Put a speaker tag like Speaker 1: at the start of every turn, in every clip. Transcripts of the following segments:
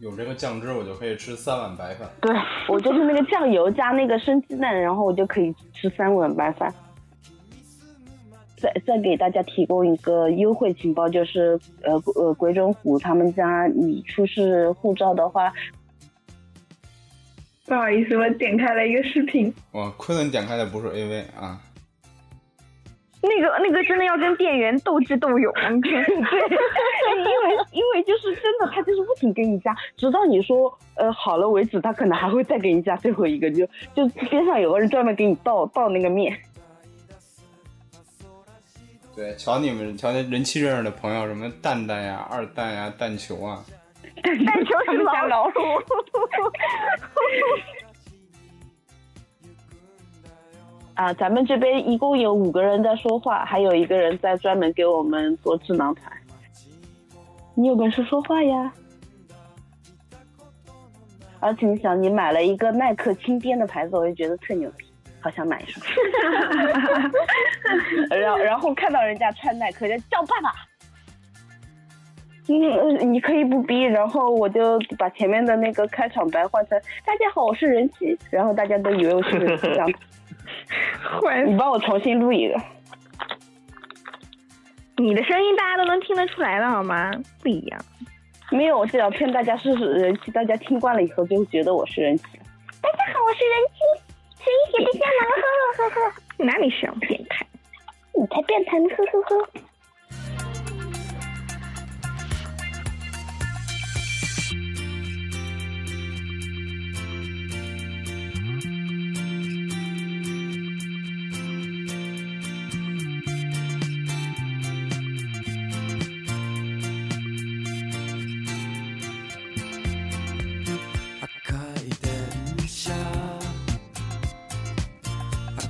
Speaker 1: 有这个酱汁，我就可以吃三碗白饭。
Speaker 2: 对我就是那个酱油加那个生鸡蛋，然后我就可以吃三碗白饭。再再给大家提供一个优惠情报，就是呃呃鬼冢虎他们家，你出示护照的话，
Speaker 3: 不好意思，我点开了一个视频，
Speaker 1: 哇，昆仑点开的不是 AV 啊，
Speaker 4: 那个那个真的要跟店员斗智斗勇，
Speaker 2: 因为因为就是真的，他就是不停给你加，直到你说呃好了为止，他可能还会再给你加最后一个，就就边上有个人专门给你倒倒那个面。
Speaker 1: 对，瞧你们，瞧那人气认识的朋友，什么蛋蛋呀、二蛋呀、蛋球啊，
Speaker 4: 但求什么
Speaker 2: 家
Speaker 4: 老鼠？
Speaker 2: 啊，咱们这边一共有五个人在说话，还有一个人在专门给我们做智囊团。你有本事说话呀！而且你想，你买了一个耐克轻边的牌子，我就觉得特牛逼，好想买一双。然后然后看到人家穿耐克，就叫爸爸。嗯，呃你可以不逼，然后我就把前面的那个开场白换成“大家好，我是人气”，然后大家都以为我是人气，这样子
Speaker 3: 坏
Speaker 2: 你帮我重新录一个。
Speaker 4: 你的声音大家都能听得出来了好吗？不一样。
Speaker 2: 没有，我只想骗大家是人气，大家听惯了以后就会觉得我是人气。
Speaker 4: 大家好，我是人机，谁写的香囊？呵呵呵呵。哪里像变态？
Speaker 2: 你才变态呢，呵呵呵。
Speaker 5: 赤い電車赤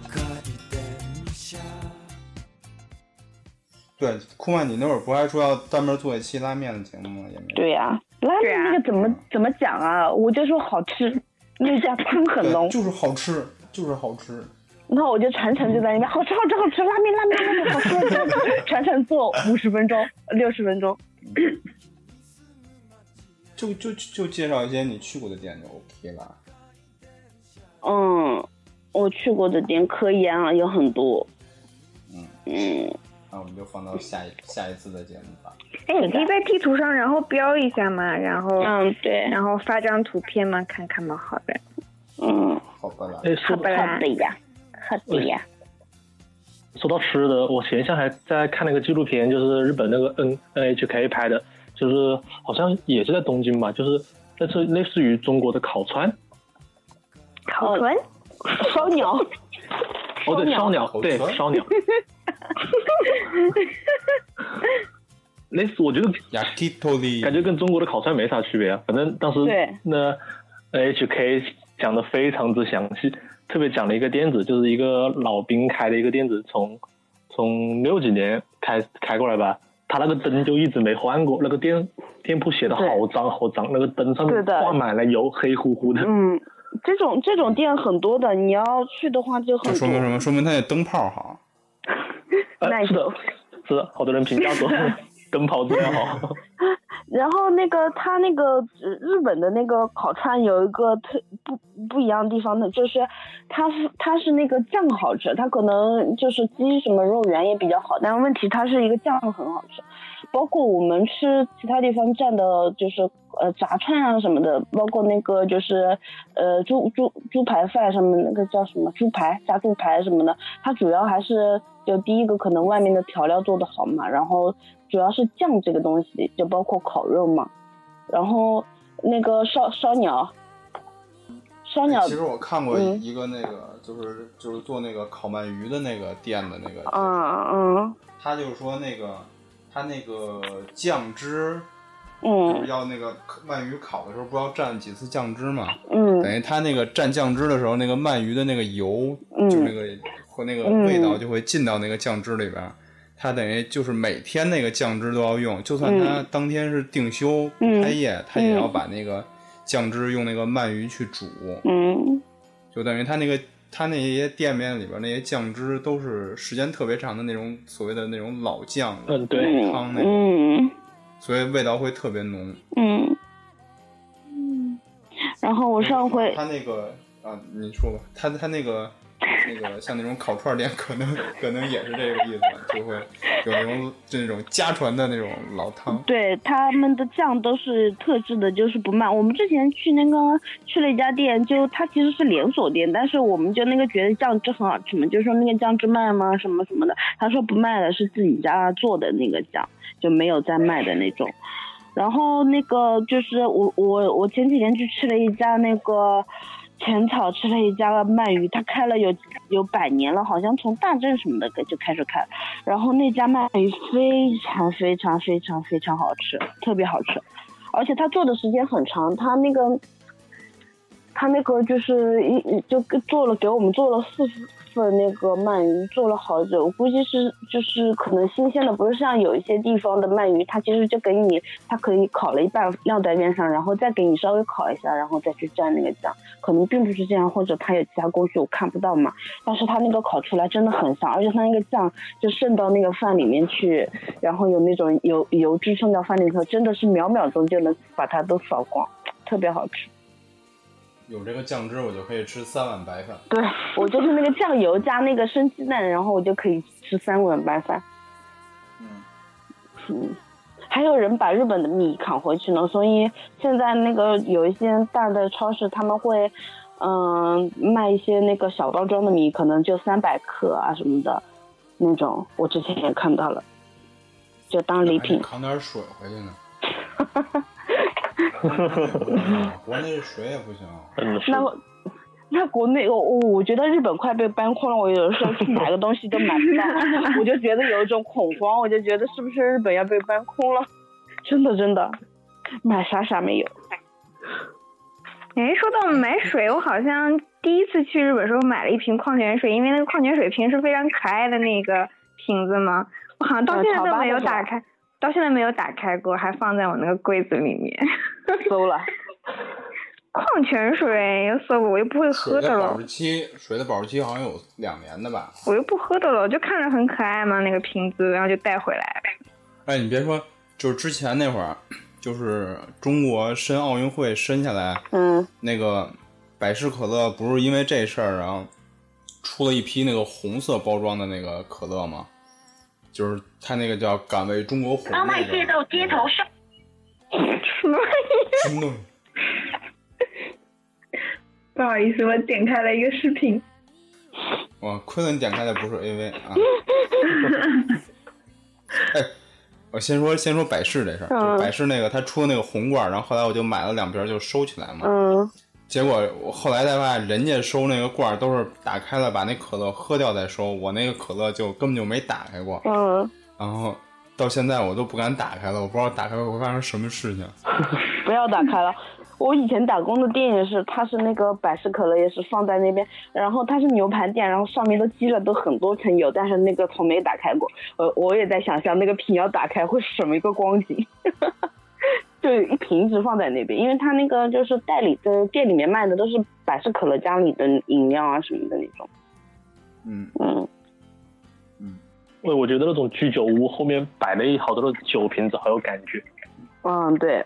Speaker 5: い電車
Speaker 1: 对，酷曼，你那会儿不还说要专门做一期拉面的节目吗？也没有。
Speaker 2: 对呀、拉
Speaker 4: 对
Speaker 2: 面
Speaker 4: 啊
Speaker 2: 那个怎么、怎么讲啊？我就说好吃，那家汤很浓
Speaker 1: 对，，就是好吃，就是好吃。
Speaker 2: 然后我就全程就在那边好吃好吃好吃，拉面拉面拉面好吃好吃好吃，全程做五十分钟六十分钟。
Speaker 1: 就就就介绍一些你去过的店就 OK 了。
Speaker 2: 嗯，我去过的店科研啊有很多，
Speaker 1: 嗯，
Speaker 2: 嗯，
Speaker 1: 那我们就放到下一下一次的节目吧。
Speaker 4: 哎，你可以在地图上然后标一下嘛，然后、
Speaker 2: 嗯对，
Speaker 4: 然后发张图片嘛，看看嘛，好的。
Speaker 2: 嗯，
Speaker 1: 好吧啦，
Speaker 6: 哎，
Speaker 2: 好
Speaker 6: 说
Speaker 2: 的好的呀，好的呀。
Speaker 6: 说到吃的，我前一下还在看那个纪录片，就是日本那个 N N H K 拍的，就是好像也是在东京吧，就是那是类似于中国的烤川，
Speaker 4: 烤臀，
Speaker 2: 烧鸟，
Speaker 6: 哦
Speaker 2: 烧
Speaker 6: 对，烧
Speaker 1: 烤
Speaker 6: 鸟，对
Speaker 1: 川
Speaker 6: 烧鸟，类似我觉得
Speaker 1: yakitori，
Speaker 6: 感觉跟中国的烤串没啥区别啊。反正当时
Speaker 2: 对
Speaker 6: 那 H K 讲的非常之详细，特别讲了一个店子，就是一个老兵开的一个店子，从从六几年开开过来吧。他那个灯就一直没换过，那个店店铺写的
Speaker 2: 对
Speaker 6: 好脏好脏，那个灯上
Speaker 2: 对
Speaker 6: 面
Speaker 2: 的
Speaker 6: 挂满了油，黑乎乎的。
Speaker 2: 嗯，这种这种店很多的，你要去的话就很
Speaker 1: 这说。
Speaker 2: 多
Speaker 1: 明什么？说明它那灯泡好。
Speaker 6: 呃
Speaker 2: 那
Speaker 6: 是的，是的，好多人评价 说灯泡质量好。
Speaker 2: 然后那个他那个呃日本的那个烤串有一个特不不一样的地方的，就是它是它是那个酱好吃，它可能就是鸡什么肉圆也比较好，但问题它是一个酱很好吃。包括我们吃其他地方蘸的，就是呃炸串啊什么的，包括那个就是呃猪猪猪排饭什么那个叫什么猪排炸猪排什么的，它主要还是就第一个可能外面的调料做的好嘛，然后主要是酱这个东西，就包括烤肉嘛，然后那个烧烧鸟，烧哎鸟
Speaker 1: 哎其实我看过
Speaker 2: 嗯
Speaker 1: 一个那个，就是就是做那个烤鳗鱼的那个店的那个，
Speaker 2: 嗯
Speaker 1: 他就说那个他那个酱汁，
Speaker 2: 嗯嗯
Speaker 1: 就是要那个鳗鱼烤的时候不要蘸几次酱汁嘛？
Speaker 2: 嗯
Speaker 1: 等于他那个蘸酱汁的时候，那个鳗鱼的那个油，
Speaker 2: 嗯
Speaker 1: 就那个和那个味道就会进到那个酱汁里边儿。他等于就是每天那个酱汁都要用，就算他当天是定休不
Speaker 2: 嗯
Speaker 1: 开业，他也要把那个酱汁用那个鳗鱼去煮，
Speaker 2: 嗯
Speaker 1: 就等于他那个他那些店面里边那些酱汁都是时间特别长的那种所谓的那种老酱，
Speaker 6: 嗯，对，
Speaker 1: 汤那种，
Speaker 2: 嗯
Speaker 1: 所以味道会特别浓。
Speaker 2: 嗯，然后我上回
Speaker 1: 他那个啊，你说吧，他他那个那个像那种烤串店，可能可能也是这个意思，就会有那种就那种家传的那种老汤。
Speaker 2: 对他们的酱都是特制的，就是不卖。我们之前去那个去了一家店，就它其实是连锁店，但是我们就那个觉得酱汁很好吃嘛，就说那个酱汁卖吗？什么什么的，他说不卖了，是自己家做的那个酱，就没有在卖的那种。然后那个就是我我我前几天去吃了一家那个浅草吃了一家鳗鱼，它开了有有百年了，好像从大正什么的就开始开了。然后那家鳗鱼非常非常非常非常好吃，特别好吃，而且它做的时间很长，它那个它那个就是一就做了给我们做了四份那个鳗鱼，做了好久，我估计是就是可能新鲜的，不是像有一些地方的鳗鱼，它其实就给你它可以烤了一半晾在边上，然后再给你稍微烤一下，然后再去蘸那个酱，可能并不是这样，或者它有其他工序我看不到嘛。但是它那个烤出来真的很香，而且它那个酱就渗到那个饭里面去，然后有那种油油脂渗到饭里头，真的是秒秒钟就能把它都扫光，特别好吃。
Speaker 1: 有这个酱汁，我就可以吃三碗白饭。
Speaker 2: 对 我就是那个酱油加那个生鸡蛋，然后我就可以吃三碗白饭。
Speaker 1: 嗯，
Speaker 2: 嗯，还有人把日本的米扛回去呢，所以现在那个有一些大的超市他们会，嗯、卖一些那个小包装的米，可能就三百克啊什么的，那种我之前也看到了，就当礼
Speaker 1: 还得
Speaker 2: 品。
Speaker 1: 扛点水回去 呢。啊国内水也不行，
Speaker 6: 真的是
Speaker 2: 那么。那国内我我我觉得日本快被搬空了，我有的时候去买个东西都买不到， 我就觉得有一种恐慌，我就觉得是不是日本要被搬空了？ 真的真的，买啥啥 没有。
Speaker 4: 哎，说到买水，我好像第一次去日本时候买了一瓶矿泉水，因为那个矿泉水瓶是非常可爱的那个瓶子嘛，我好像到
Speaker 2: 呃
Speaker 4: 现在
Speaker 2: 草
Speaker 4: 都
Speaker 2: 吧
Speaker 4: 没有
Speaker 2: 那种
Speaker 4: 打开，到现在没有打开过，还放在我那个柜子里面。
Speaker 2: 馊了，
Speaker 4: 矿泉水又搜我又不会喝
Speaker 1: 水
Speaker 4: 的
Speaker 1: 的
Speaker 4: 了
Speaker 1: 保质，期，水的保质期好像有两年的吧？
Speaker 4: 我又不喝的了，我就看着很可爱嘛那个瓶子，然后就带回来了。
Speaker 1: 哎，你别说，就是之前那会儿，就是中国申奥运会申下来，
Speaker 2: 嗯，
Speaker 1: 那个百事可乐不是因为这事儿，然后出了一批那个红色包装的那个可乐吗？就是它那个叫“敢为中国红”那个
Speaker 4: 上，
Speaker 1: 什么东西？
Speaker 3: 不好意思，我点开了一个视频，
Speaker 1: 哇，亏了你点开的不是 AV 啊！哎，我先说先说百事这
Speaker 2: 嗯
Speaker 1: 事儿，就是百事那个他出那个红罐儿，然后后来我就买了两瓶儿就收起来嘛。
Speaker 2: 嗯，
Speaker 1: 结果我后来再发现，人家收那个罐儿都是打开了把那可乐喝掉再收，我那个可乐就根本就没打开过。
Speaker 2: 嗯，
Speaker 1: 然后到现在我都不敢打开了，我不知道打开会发生什么事情。
Speaker 2: 不要打开了。我以前打工的店也是，它是那个百事可乐也是放在那边，然后它是牛排店，然后上面都积了都很多层油，但是那个从没打开过。我我也在想象那个瓶要打开会是什么一个光景， 就一瓶一直放在那边，因为它那个就是代理的店里面卖的都是百事可乐家里的饮料啊什么的那种，
Speaker 1: 嗯，
Speaker 2: 嗯，
Speaker 6: 我我觉得那种居酒屋后面摆了一好多的酒瓶子，好有感觉。
Speaker 2: 嗯，对，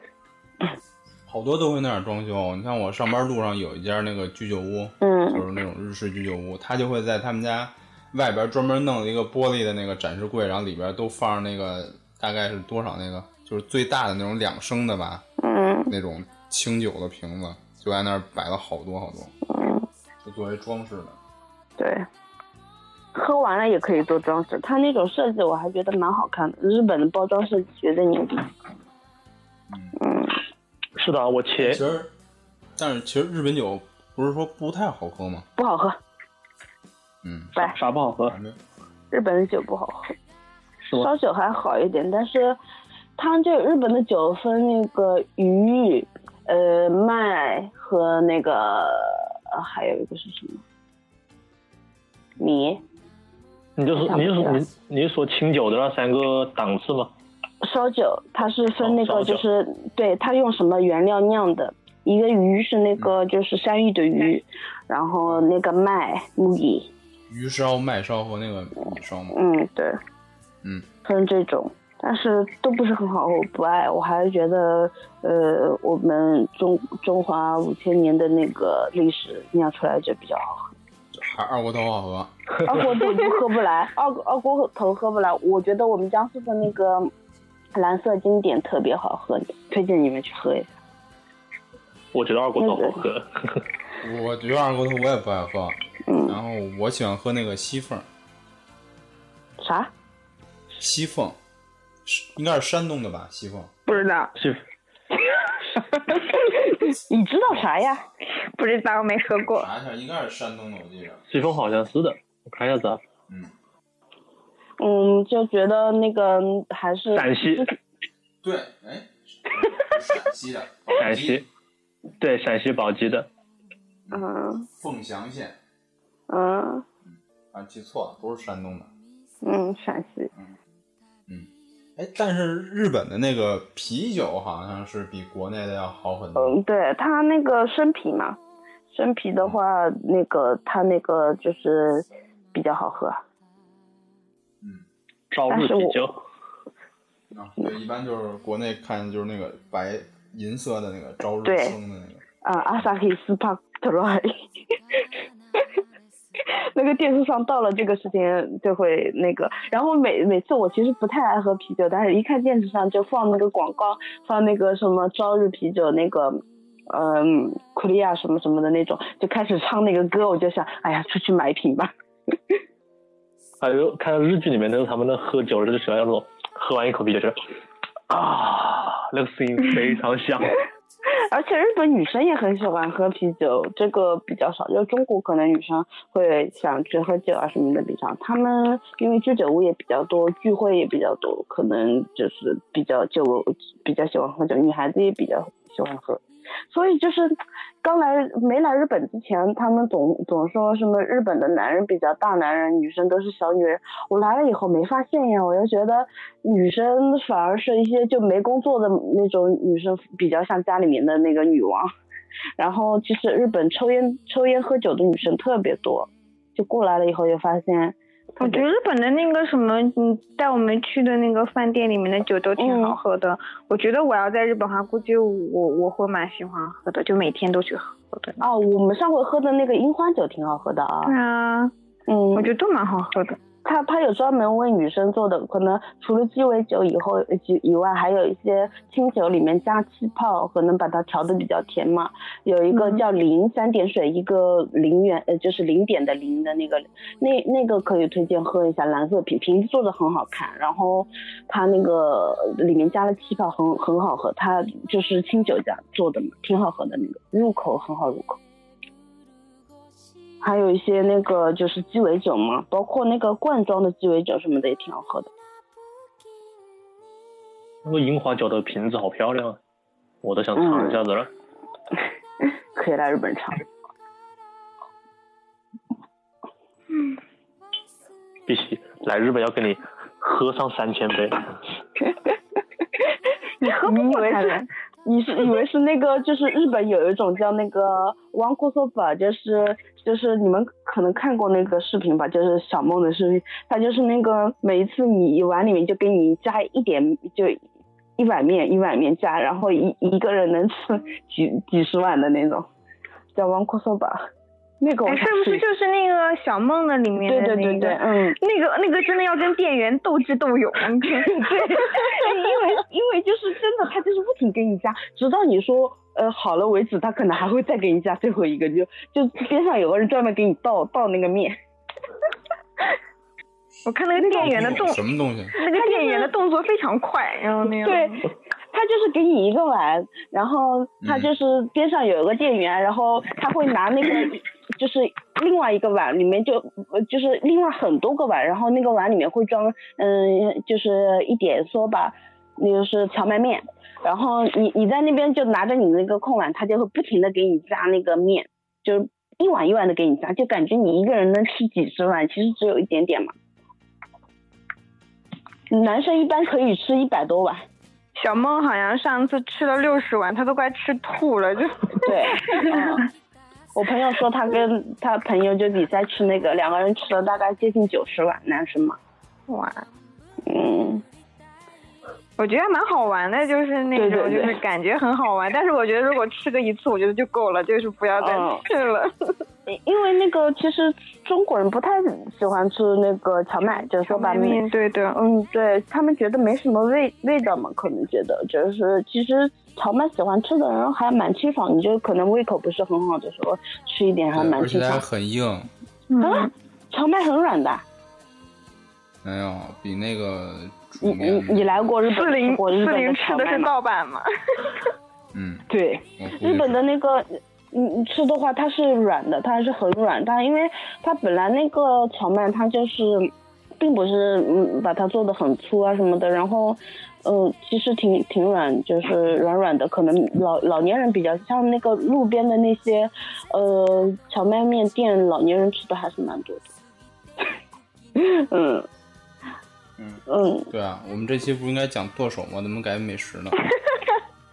Speaker 1: 好多都会那样装修。你像我上班路上有一家那个居酒屋，就
Speaker 2: 嗯
Speaker 1: 是那种日式居酒屋，他就会在他们家外边专门弄了一个玻璃的那个展示柜，然后里边都放着那个大概是多少那个，就是最大的那种两升的吧，
Speaker 2: 嗯
Speaker 1: 那种清酒的瓶子，就在那儿摆了好多好多，
Speaker 2: 嗯。
Speaker 1: 就作为装饰的。
Speaker 2: 对，喝完了也可以做装饰，它那种设计我还觉得蛮好看的，日本的包装设计绝对牛逼。
Speaker 6: 是的，啊我
Speaker 1: 其
Speaker 6: 前
Speaker 1: 实，但是其实日本酒不是说不太好喝吗？
Speaker 2: 不好喝，
Speaker 1: 嗯，
Speaker 2: 白
Speaker 6: 啥不好喝？
Speaker 1: 反正
Speaker 2: 日本的酒不好喝，
Speaker 6: 是吗？
Speaker 2: 烧酒还好一点，但是它这日本的酒分那个鱼、呃麦和那个、呃还有一个是什么米。
Speaker 6: 你就说
Speaker 2: 想
Speaker 6: 你
Speaker 2: 不
Speaker 6: 就
Speaker 2: 起
Speaker 6: 说
Speaker 2: 来
Speaker 6: 你你是说清酒的那三个档次吗？
Speaker 2: 烧酒，它是分那个
Speaker 6: 哦烧酒
Speaker 2: 就是、对它用什么原料酿的，一个鱼是那个
Speaker 6: 嗯
Speaker 2: 就是山芋的鱼，然后那个麦木吉，
Speaker 1: 鱼烧、麦烧和那个米烧嘛。
Speaker 2: 嗯对，
Speaker 1: 嗯，
Speaker 2: 分这种。但是都不是很好，我不爱，我还是觉得，呃，我们中中华五千年的那个历史酿出来就比较 好喝。
Speaker 1: 还二锅头好喝。
Speaker 2: 二锅头就喝不来，二二锅头喝不来。我觉得我们江苏的那个蓝色经典特别好喝，推荐你们去喝一下。
Speaker 6: 我觉得二锅头好喝。
Speaker 1: 我觉得二锅头我也不爱喝，
Speaker 2: 嗯，
Speaker 1: 然后我喜欢喝那个西凤，
Speaker 2: 啥？
Speaker 1: 西凤，是应该是山东的吧？西凤，
Speaker 4: 不知道，
Speaker 6: 是
Speaker 2: 你知道啥呀？
Speaker 4: 不知道，没喝过。
Speaker 1: 查一下，应该是山东的，我记着。
Speaker 6: 西风好像是的，我看一下子啊，
Speaker 1: 嗯，
Speaker 2: 嗯，就觉得那个还是
Speaker 6: 陕西，
Speaker 1: 对， 哎，陕西的，
Speaker 6: 陕西，对，陕西宝鸡的，
Speaker 2: 嗯
Speaker 1: 凤翔县
Speaker 2: 嗯
Speaker 1: 啊，记错了，不是山东的。
Speaker 2: 嗯，陕西
Speaker 1: 哎，但是日本的那个啤酒好像是比国内的要好很多。
Speaker 2: 嗯，对它那个生啤嘛，生啤的话，那个它那个就是比较好喝。
Speaker 6: 朝日啤酒，
Speaker 1: 啊，对，一般就是国内看就是那个白银色的那个朝日
Speaker 2: 对
Speaker 1: 升的那个。
Speaker 2: 啊，阿萨克斯帕特罗尔，那个电视上到了这个事情就会那个，然后每每次我其实不太爱喝啤酒，但是一看电视上就放那个广告，放那个什么朝日啤酒那个。嗯，库利亚什么什么的那种，就开始唱那个歌，我就想，哎呀，出去买一瓶吧。
Speaker 6: 还有看到日剧里面都是他们那喝酒的就喜欢那种喝完一口啤酒就啊，那个声音非常响。
Speaker 2: 而且日本女生也很喜欢喝啤酒，这个比较少。就中国可能女生会想去喝酒啊什么的比较，他们因为居酒屋也比较多，聚会也比较多，可能就是比较就比较喜欢喝酒，女孩子也比较喜欢喝。所以就是刚来没来日本之前，他们总总说什么日本的男人比较大男人，女生都是小女人。我来了以后没发现呀，我就觉得女生反而是一些就没工作的那种女生，比较像家里面的那个女王。然后其实日本抽烟、抽烟、喝酒的女生特别多，就过来了以后就发现，
Speaker 4: 我觉得日本的那个什么，你带我们去的那个饭店里面的酒都挺好喝的。我觉得我要在日本的话，估计我我会蛮喜欢喝的，就每天都去喝的。
Speaker 2: 啊，我们上回喝的那个樱花酒挺好喝的啊，
Speaker 4: 对啊，
Speaker 2: 嗯，
Speaker 4: 我觉得都蛮好喝的。
Speaker 2: 他他有专门为女生做的，可能除了鸡尾酒以后呃以以外，还有一些清酒里面加气泡，可能把它调的比较甜嘛。有一个
Speaker 4: 嗯
Speaker 2: 叫零三点水，一个零元呃就是零点的零的那个，那那个可以推荐喝一下，蓝色瓶瓶子做的很好看，然后它那个里面加了气泡很很好喝，它就是清酒加做的嘛，挺好喝的那个，入口很好入口。还有一些那个就是鸡尾酒嘛，包括那个罐装的鸡尾酒什么的也挺好喝的。
Speaker 6: 那个樱花酒的瓶子好漂亮啊，我都想尝一下子
Speaker 2: 嗯
Speaker 6: 了。
Speaker 2: 可以来日本尝。
Speaker 6: 必须来日本要跟你喝上三千杯。
Speaker 4: 你喝不
Speaker 2: 你以
Speaker 4: 过
Speaker 2: 为
Speaker 4: 他的
Speaker 2: 嗯是，你是以为是那个，就是日本有一种叫那个 one k o s o b a 就是就是你们可能看过那个视频吧，就是小梦的视频，它就是那个每一次你碗里面就给你加一点，就一碗面一碗面加，然后一一个人能吃 几几十碗的那种，叫 one k o s o b a 那个我
Speaker 4: 哎，
Speaker 2: 想
Speaker 4: 是不
Speaker 2: 试
Speaker 4: 是
Speaker 2: 一下
Speaker 4: 就是那个小梦的里面
Speaker 2: 对
Speaker 4: 的那
Speaker 2: 对对
Speaker 4: 个？
Speaker 2: 对，嗯。
Speaker 4: 那个那个真的要跟店员斗智斗勇，啊 对，
Speaker 2: 因为因为就是真的，他就是不停给你加，直到你说呃好了为止，他可能还会再给你加最后一个，就就边上有个人专门给你倒倒那个面，
Speaker 4: 我看那个店员的动，
Speaker 1: 什么东西？
Speaker 4: 那个店员的动作非常快，然后那样。
Speaker 2: 对，他就是给你一个碗，然后他就是边上有一个店员，然后他会拿那个就是另外一个碗，里面就呃就是另外很多个碗，然后那个碗里面会装嗯、就是一点说吧，那就是荞麦面，然后你你在那边就拿着你那个空碗，他就会不停的给你加那个面，就是一碗一碗的给你加，就感觉你一个人能吃几十碗，其实只有一点点嘛。男生一般可以吃一百多碗，
Speaker 4: 小梦好像上次吃了六十碗，她都快吃吐了，就
Speaker 2: 对，嗯，我朋友说他跟他朋友就比赛吃那个，两个人吃了大概接近九十碗，男生嘛，
Speaker 4: 哇，
Speaker 2: 嗯，
Speaker 4: 我觉得蛮好玩的，就是那
Speaker 2: 对对
Speaker 4: 种就
Speaker 2: 对
Speaker 4: 是感觉很好玩，但是我觉得如果吃个一次，我觉得就够了，就是不要再
Speaker 2: 嗯
Speaker 4: 吃了。
Speaker 2: 因为那个其实中国人不太喜欢吃那个荞麦，就是说白面，
Speaker 4: 面对的，
Speaker 2: 嗯，对他们觉得没什么味味道嘛，可能觉得就是其实荞麦喜欢吃的人还蛮清爽，你就可能胃口不是很好的时候吃一点还
Speaker 1: 对
Speaker 2: 蛮
Speaker 1: 而且
Speaker 2: 清
Speaker 1: 它还
Speaker 2: 爽。
Speaker 1: 很硬，
Speaker 4: 嗯
Speaker 2: 啊，荞麦很软的，
Speaker 1: 没有比那个煮
Speaker 2: 你你
Speaker 1: 面
Speaker 2: 你来过日
Speaker 4: 四
Speaker 2: 本
Speaker 4: 零
Speaker 2: 吃过日
Speaker 4: 四
Speaker 2: 本
Speaker 4: 零
Speaker 2: 的
Speaker 4: 吃
Speaker 2: 荞
Speaker 4: 的
Speaker 2: 麦
Speaker 4: 是
Speaker 2: 吗？
Speaker 4: 盗版吗？
Speaker 1: 嗯，
Speaker 2: 对，
Speaker 1: 我估计
Speaker 2: 日本的
Speaker 1: 是
Speaker 2: 那个，你你吃的话，它是软的，它是很软，但因为它本来那个荞麦它就是，并不是嗯把它做的很粗啊什么的，然后，呃，其实挺挺软，就是软软的，可能老老年人比较像那个路边的那些，呃，荞麦面店，老年人吃的还是蛮多的。 嗯
Speaker 1: 嗯
Speaker 2: 嗯，
Speaker 1: 对啊，我们这期不应该讲剁手吗？怎么改美食 呢？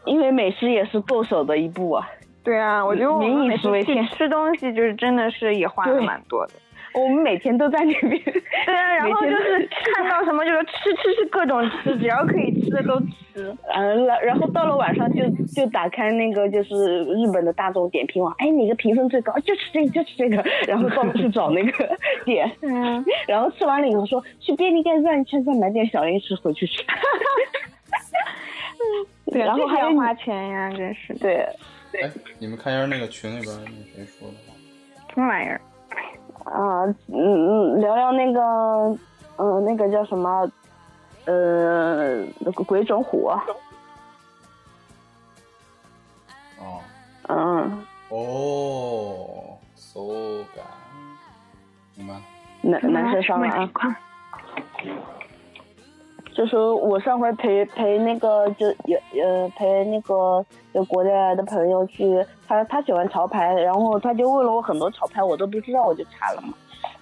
Speaker 2: 因为美食也是剁手的一步啊。
Speaker 4: 对啊，我觉得我
Speaker 2: 民
Speaker 4: 们
Speaker 2: 以
Speaker 4: 每
Speaker 2: 食
Speaker 4: 次
Speaker 2: 为
Speaker 4: 去
Speaker 2: 天
Speaker 4: 吃东西就是真的是也花了
Speaker 2: 对
Speaker 4: 蛮多的。
Speaker 2: 我们每天都在那边，
Speaker 4: 对啊，然后
Speaker 2: 每
Speaker 4: 就
Speaker 2: 天
Speaker 4: 是看到什么就是吃吃吃各种吃，只要可以吃的都吃。
Speaker 2: 呃，然然后到了晚上就就打开那个就是日本的大众点评网，哎，哪个评分最高？就吃这个，就吃这个，然后到处找那个点，
Speaker 4: 嗯，
Speaker 2: 然后吃完了以后说去便利店转一圈，再买点小零食回去吃。
Speaker 4: 对啊，
Speaker 2: 然后
Speaker 4: 这个
Speaker 2: 还有
Speaker 4: 要
Speaker 2: 你
Speaker 4: 花钱呀，真是的，
Speaker 2: 对
Speaker 1: 哎，你们看一下那个群里边那谁说的话，
Speaker 4: 什么玩意儿？
Speaker 2: 啊、嗯嗯，聊聊那个，呃，那个叫什么，呃，鬼冢虎，啊
Speaker 1: 哦
Speaker 2: 嗯，
Speaker 1: 哦，so bad，明白了。
Speaker 2: 男男
Speaker 4: 嗯
Speaker 2: 生上来啊。就是我上回陪陪那个就有呃陪那个有国内来的朋友去，他他喜欢潮牌，然后他就问了我很多潮牌，我都不知道，我就查了嘛。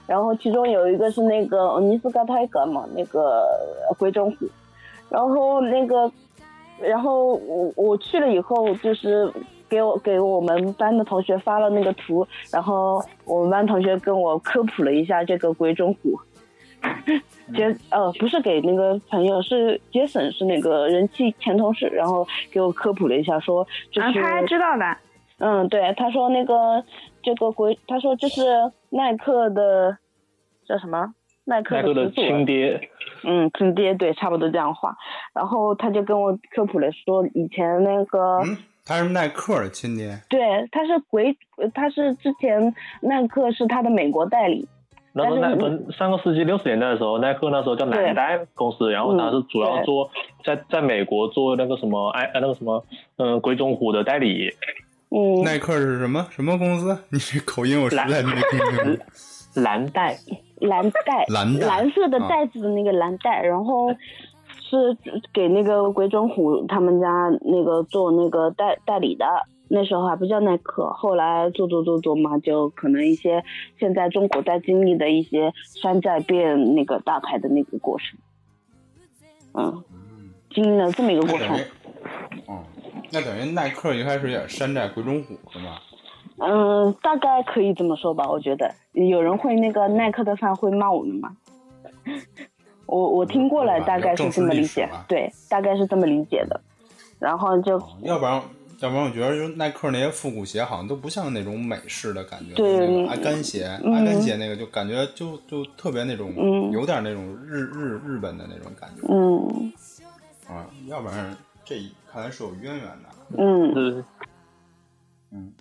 Speaker 2: 然后其中有一个是那个尼斯嘎泰格嘛，那个呃鬼冢虎，然后那个，然后我我去了以后就是。给我给我们班的同学发了那个图，然后我们班同学跟我科普了一下这个鬼冢虎，杰呃不是给那个朋友，是杰森是那个人气前同事，然后给我科普了一下，说 就
Speaker 4: 啊，
Speaker 2: 是、
Speaker 4: 他还知道的。
Speaker 2: 嗯对，他说那个这个鬼，他说这是耐克的叫什么？耐克
Speaker 6: 耐
Speaker 2: 的
Speaker 6: 克的
Speaker 2: 始祖
Speaker 6: 亲爹，
Speaker 2: 嗯，亲爹对，差不多这样画。然后他就跟我科普了说，以前那个、
Speaker 1: 嗯，他是耐克的亲爹，
Speaker 2: 对，他是鬼，他是之前耐克是他的美国代理，
Speaker 6: 然后
Speaker 2: 但
Speaker 6: 耐
Speaker 2: 是
Speaker 6: 克上个世纪六十年代的时候，耐克那时候叫南丹公司，然后它是主要做在在美国做那个什么哎那个什么嗯鬼冢虎的代理，
Speaker 2: 嗯，
Speaker 1: 耐克是什么什么公司？你这口音我实在没听清楚。
Speaker 6: 蓝带
Speaker 2: 蓝带，
Speaker 1: 蓝带
Speaker 2: 蓝色的
Speaker 1: 啊
Speaker 2: 带子的那个蓝带，然后是给那个鬼冢虎他们家那个做那个代代理的。那时候还不叫耐克，后来做做做做嘛，就可能一些现在中国在经历的一些山寨变那个大牌的那个过程，嗯，
Speaker 1: 嗯，
Speaker 2: 经历了这么一个
Speaker 1: 那
Speaker 2: 过
Speaker 1: 等
Speaker 2: 程
Speaker 1: 于。，嗯，那等于耐克一开始也是山寨鬼冢虎是吧？
Speaker 2: 嗯，大概可以这么说吧。我觉得有人会那个耐克的饭会骂我们吗？ 我我听过了，
Speaker 1: 嗯
Speaker 2: 大概
Speaker 1: 要
Speaker 2: 是
Speaker 1: 正视
Speaker 2: 这么
Speaker 1: 历
Speaker 2: 理
Speaker 1: 史
Speaker 2: 解
Speaker 1: 嘛，哦
Speaker 2: 对，大概是这么理解的。然后就
Speaker 1: 要不然，要不然我觉得就是耐克那些复古鞋好像都不像那种美式的感觉，
Speaker 2: 对
Speaker 1: 那
Speaker 2: 嗯
Speaker 1: 个阿甘鞋，
Speaker 2: 嗯
Speaker 1: 阿甘鞋那个就感觉就就特别那种，
Speaker 2: 嗯
Speaker 1: 有点那种日日日本的那种感觉
Speaker 2: 嗯
Speaker 1: 啊，要不然这看来是有渊源的，
Speaker 2: 嗯，
Speaker 6: 是
Speaker 1: 嗯，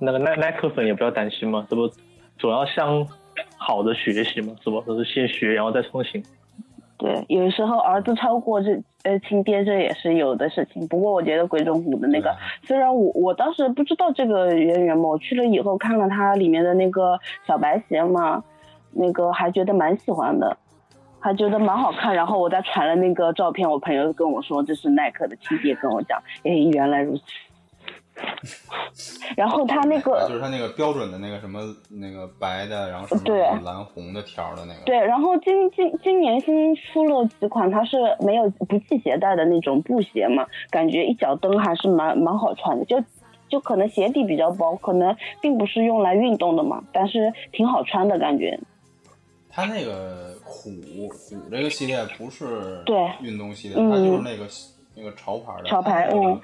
Speaker 6: 那个耐耐克粉也不要担心嘛，这不主要向好的学习嘛，是不？都是先学然后再创新。
Speaker 2: 对，有时候儿子超过这呃亲爹，这也是有的事情。不过我觉得鬼冢虎的那个
Speaker 1: 对，
Speaker 2: 虽然我我当时不知道这个渊源嘛，我去了以后看了它里面的那个小白鞋嘛，那个还觉得蛮喜欢的，还觉得蛮好看。然后我再传了那个照片，我朋友跟我说这是耐克的亲爹跟我讲，哎，原来如此。 然后他那个
Speaker 1: 就是它那个标准的那个什么那个白的，然后什
Speaker 2: 对
Speaker 1: 么蓝红的条儿的那个，
Speaker 2: 对，然后今今今年新出了几款，它是没有不系鞋带的那种布鞋嘛，感觉一脚蹬还是蛮蛮好穿的，就就可能鞋底比较薄，可能并不是用来运动的嘛，但是挺好穿的感觉。
Speaker 1: 它那个虎虎这个系列不是
Speaker 2: 对
Speaker 1: 运动系列，
Speaker 2: 嗯
Speaker 1: 它就是那个那个潮牌的
Speaker 2: 潮牌嗯。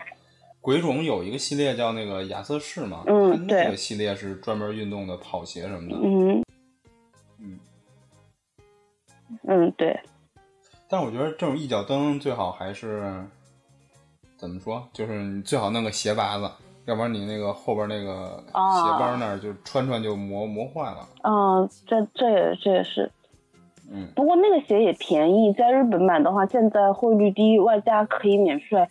Speaker 1: 鬼冢有一个系列叫那个亚瑟士嘛，
Speaker 2: 嗯
Speaker 1: 它那
Speaker 2: 对
Speaker 1: 个系列是专门运动的跑鞋什么的，
Speaker 2: 嗯
Speaker 1: 嗯。
Speaker 2: 嗯，对，
Speaker 1: 但我觉得这种一脚蹬最好还是怎么说，就是你最好弄个鞋拔子，要不然你那个后边那个
Speaker 2: 啊
Speaker 1: 鞋帮那儿就穿穿就磨磨坏了。
Speaker 2: 嗯，这这也这也是，
Speaker 1: 嗯，
Speaker 2: 不过那个鞋也便宜，在日本买的话，现在汇率低，外加可以免税。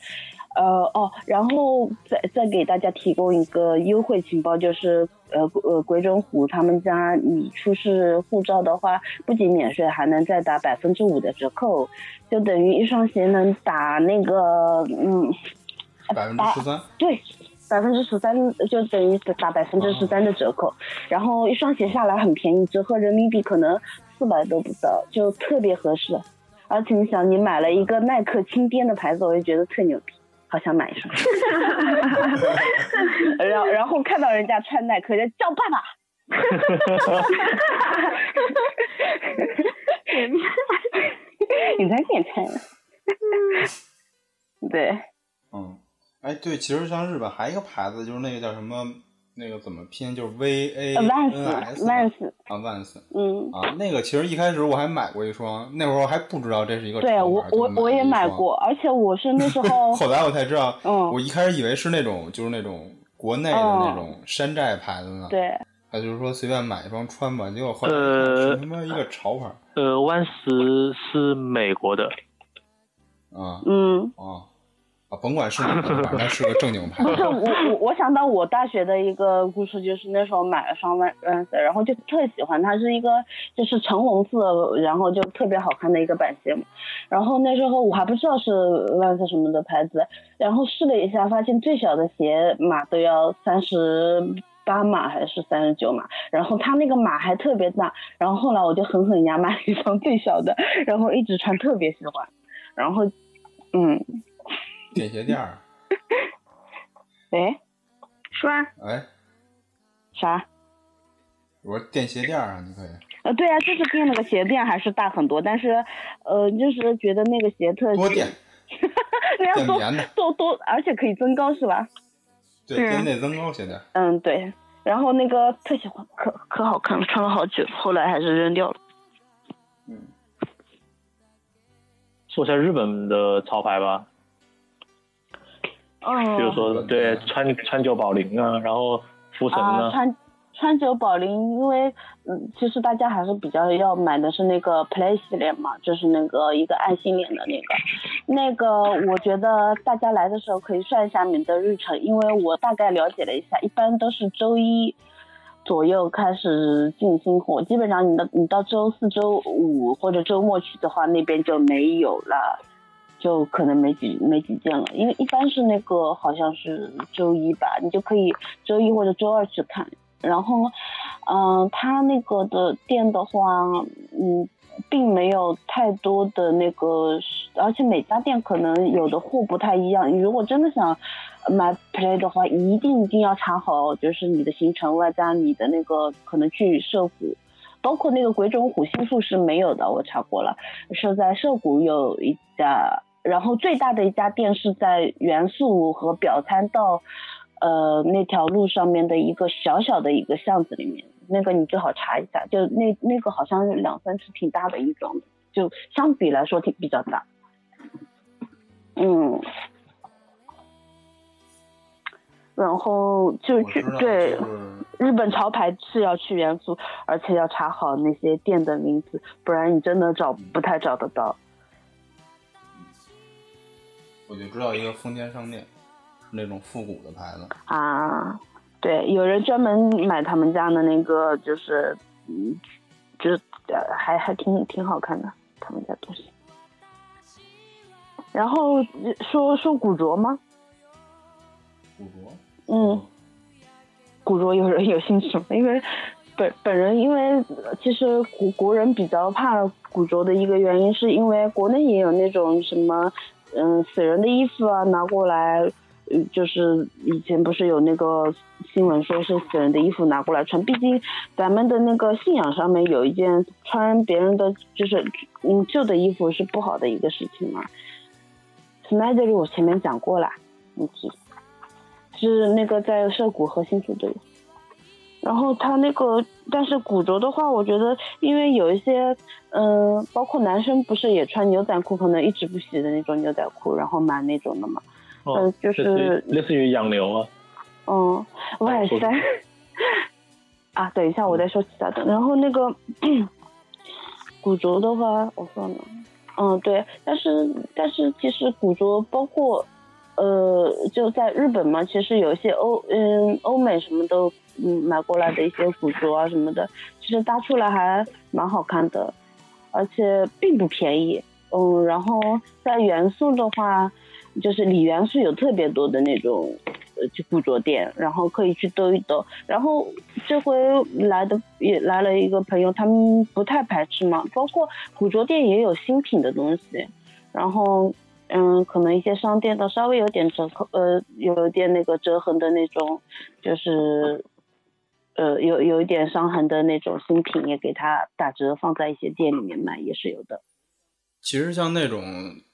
Speaker 2: 呃哦，然后再再给大家提供一个优惠情报，就是呃呃鬼冢虎他们家，你出示护照的话，不仅免税，还能再打百分之五的折扣，就等于一双鞋能打那个嗯
Speaker 1: 百分之十三，
Speaker 2: 对，百分之十三就等于打百分之十三的折扣，然后一双鞋下来很便宜，折合人民币可能四百都不到，就特别合适。而且你想，你买了一个耐克轻颠的牌子，我就觉得特牛逼，好想买一双。 然后然后看到人家穿耐克，就叫爸爸。 你才变态呢！对，
Speaker 1: 嗯，哎，对，其实像日本还有一个牌子，就是那个叫什么，那个怎么拼，就是 V A N S
Speaker 2: Vans，Vans，
Speaker 1: 啊，Vans
Speaker 2: 嗯，
Speaker 1: 啊，那个其实一开始我还买过一双，那会儿我还不知道这是一个
Speaker 2: 对
Speaker 1: 潮牌
Speaker 2: 我我我也买，过，而且我是那时
Speaker 1: 就买了一
Speaker 2: 候
Speaker 1: 双 后来我才知道，
Speaker 2: 嗯哦
Speaker 1: 我一开始以为是那种就是那种国内的那种山寨牌子呢，
Speaker 2: 对
Speaker 1: 他就是说随便买一双穿吧，结果后来
Speaker 6: 呃
Speaker 1: 是他妈一个潮牌
Speaker 6: 呃，Vans 是美国的，
Speaker 1: 啊
Speaker 2: 嗯。
Speaker 1: 啊啊，甭管是哪个，反正是个正 经牌
Speaker 2: 不
Speaker 1: 子
Speaker 2: 是我我我想到我大学的一个故事，就是那时候买了双万 Vans，然后就特喜欢，它是一个就是橙红色，然后就特别好看的一个板鞋嘛。然后那时候我还不知道是 Vans 什么的牌子，然后试了一下，发现最小的鞋码都要三十。八码还是三十九码，然后它那个码还特别大，然后后来我就狠狠牙买了一双最小的，然后一直穿，特别喜欢，然后，嗯，
Speaker 1: 便鞋垫儿，
Speaker 2: 哎，
Speaker 4: 说啊，
Speaker 1: 哎，
Speaker 2: 啥？
Speaker 1: 我说垫鞋垫儿啊，你可以。
Speaker 2: 呃，对啊，就是比那个鞋垫还是大很多，但是，呃，就是觉得那个鞋特
Speaker 1: 多垫，
Speaker 2: 那
Speaker 1: 垫
Speaker 2: 样多
Speaker 1: 棉的，
Speaker 2: 多多，而且可以增高是吧？
Speaker 1: 对，
Speaker 4: 对啊
Speaker 1: 垫内增高鞋垫。
Speaker 2: 嗯，对。然后那个特喜欢，可可好看了，穿了好久，后来还是扔掉了。
Speaker 6: 说一下日本的潮牌吧，
Speaker 2: 嗯，
Speaker 6: 比如说对川川久保玲啊，然后福成
Speaker 2: 啊，
Speaker 6: 啊，
Speaker 2: 川川久保玲，因为嗯，其实大家还是比较要买的是那个 Play 系列嘛，就是那个一个爱心脸的那个，那个我觉得大家来的时候可以算一下你的日程，因为我大概了解了一下，一般都是周一。左右开始进新货，基本上你的你到周四周五或者周末去的话，那边就没有了，就可能没几没几件了。因为一般是那个好像是周一吧，你就可以周一或者周二去看。然后，嗯、他那个的店的话，嗯，并没有太多的那个，而且每家店可能有的货不太一样。你如果真的想买 Play 的话，一定一定要查好，就是你的行程，外加你的那个可能去涉谷，包括那个鬼冢虎新宿是没有的，我查过了，是在涉谷有一家，然后最大的一家店是在元素和表参道，呃那条路上面的一个小小的一个巷子里面，那个你最好查一下，就那那个好像是两三尺挺大的一种，就相比来说挺比较大，嗯。然后就
Speaker 1: 我
Speaker 2: 去
Speaker 1: 知道，
Speaker 2: 对，
Speaker 1: 就是
Speaker 2: 日本潮牌是要去元素，而且要查好那些店的名字，不然你真的找不太找得到。
Speaker 1: 我就知道一个丰田商店，是那种复古的牌子。
Speaker 2: 啊，对，有人专门买他们家的那个，就是，嗯，就是、呃、还还挺挺好看的，他们家东西。然后呃说说古着吗？
Speaker 1: 古着，
Speaker 2: 嗯，古着有人有兴趣吗？因为本本人因为呃其实国国人比较怕古着的一个原呃因，是因为国内也有那种什么嗯死人的衣服啊拿过来，呃就是以前不是有那个新闻说是死人的衣服拿过来穿，毕竟咱们的那个信仰上面有一件穿别人的就是嗯旧的衣服是不好的一个事情嘛。Snyder 我前面讲过啦，你记，是那个在涉谷和新宿都有。然后他那个，但是古着的话，我觉得因为有一些，嗯、包括男生不是也穿牛仔裤，可能一直不洗的那种牛仔裤，然后买那种的嘛，
Speaker 6: 哦
Speaker 2: 嗯，就是
Speaker 6: 类似于类似于养牛啊，
Speaker 2: 嗯，
Speaker 6: 哎
Speaker 2: 外
Speaker 6: 说
Speaker 2: 三 啊，等一下，我再说其他的。然后那个古着的话，我算了，嗯，对，但是但是其实古着包括呃，就在日本嘛，其实有一些欧嗯欧美什么都嗯买过来的一些古着啊什么的，其实搭出来还蛮好看的，而且并不便宜。嗯，然后在元素的话，就是李元素有特别多的那种呃就古着店，然后可以去兜一兜。然后这回来的也来了一个朋友，他们不太排斥嘛，包括古着店也有新品的东西，然后。嗯，可能一些商店的稍微有点折扣，呃，有一点那个折痕的那种，就是，呃，有有一点伤痕的那种新品也给它打折，放在一些店里面卖也是有的。
Speaker 1: 其实像那种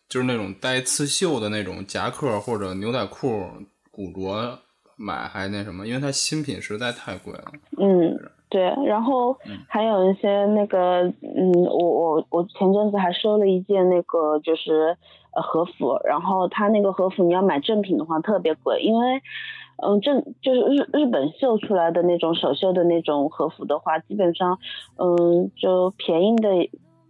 Speaker 1: 就是那种带刺绣的那种夹克或者牛仔裤、古着买还那什么，因为它新品实在太贵了。
Speaker 2: 嗯，对，然后
Speaker 1: 嗯
Speaker 2: 还有一些那个，嗯，我我我前阵子还收了一件那个就是呃和服，然后它那个和服你要买正品的话特别贵，因为嗯正就是日日本绣出来的那种手绣的那种和服的话，基本上嗯就便宜的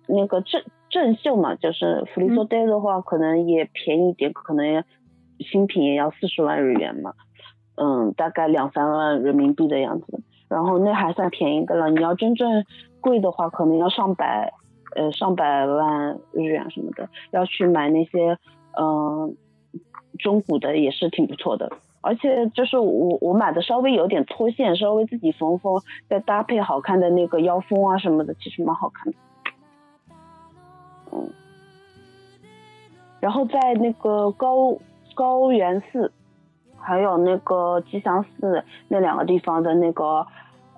Speaker 2: 那个正正绣嘛，就是弗利索戴的话，可能也便宜一点，可能新品也要四十万日元嘛，嗯，大概两三万人民币的样子。然后那还算便宜的了。你要真正贵的话，可能要上百，呃，上百万日元什么的，要去买那些，嗯、中古的也是挺不错的。而且就是我我买的稍微有点脱线，稍微自己缝缝，再搭配好看的那个腰封啊什么的，其实蛮好看的。嗯，然后在那个高高原寺，还有那个吉祥寺那两个地方的那个，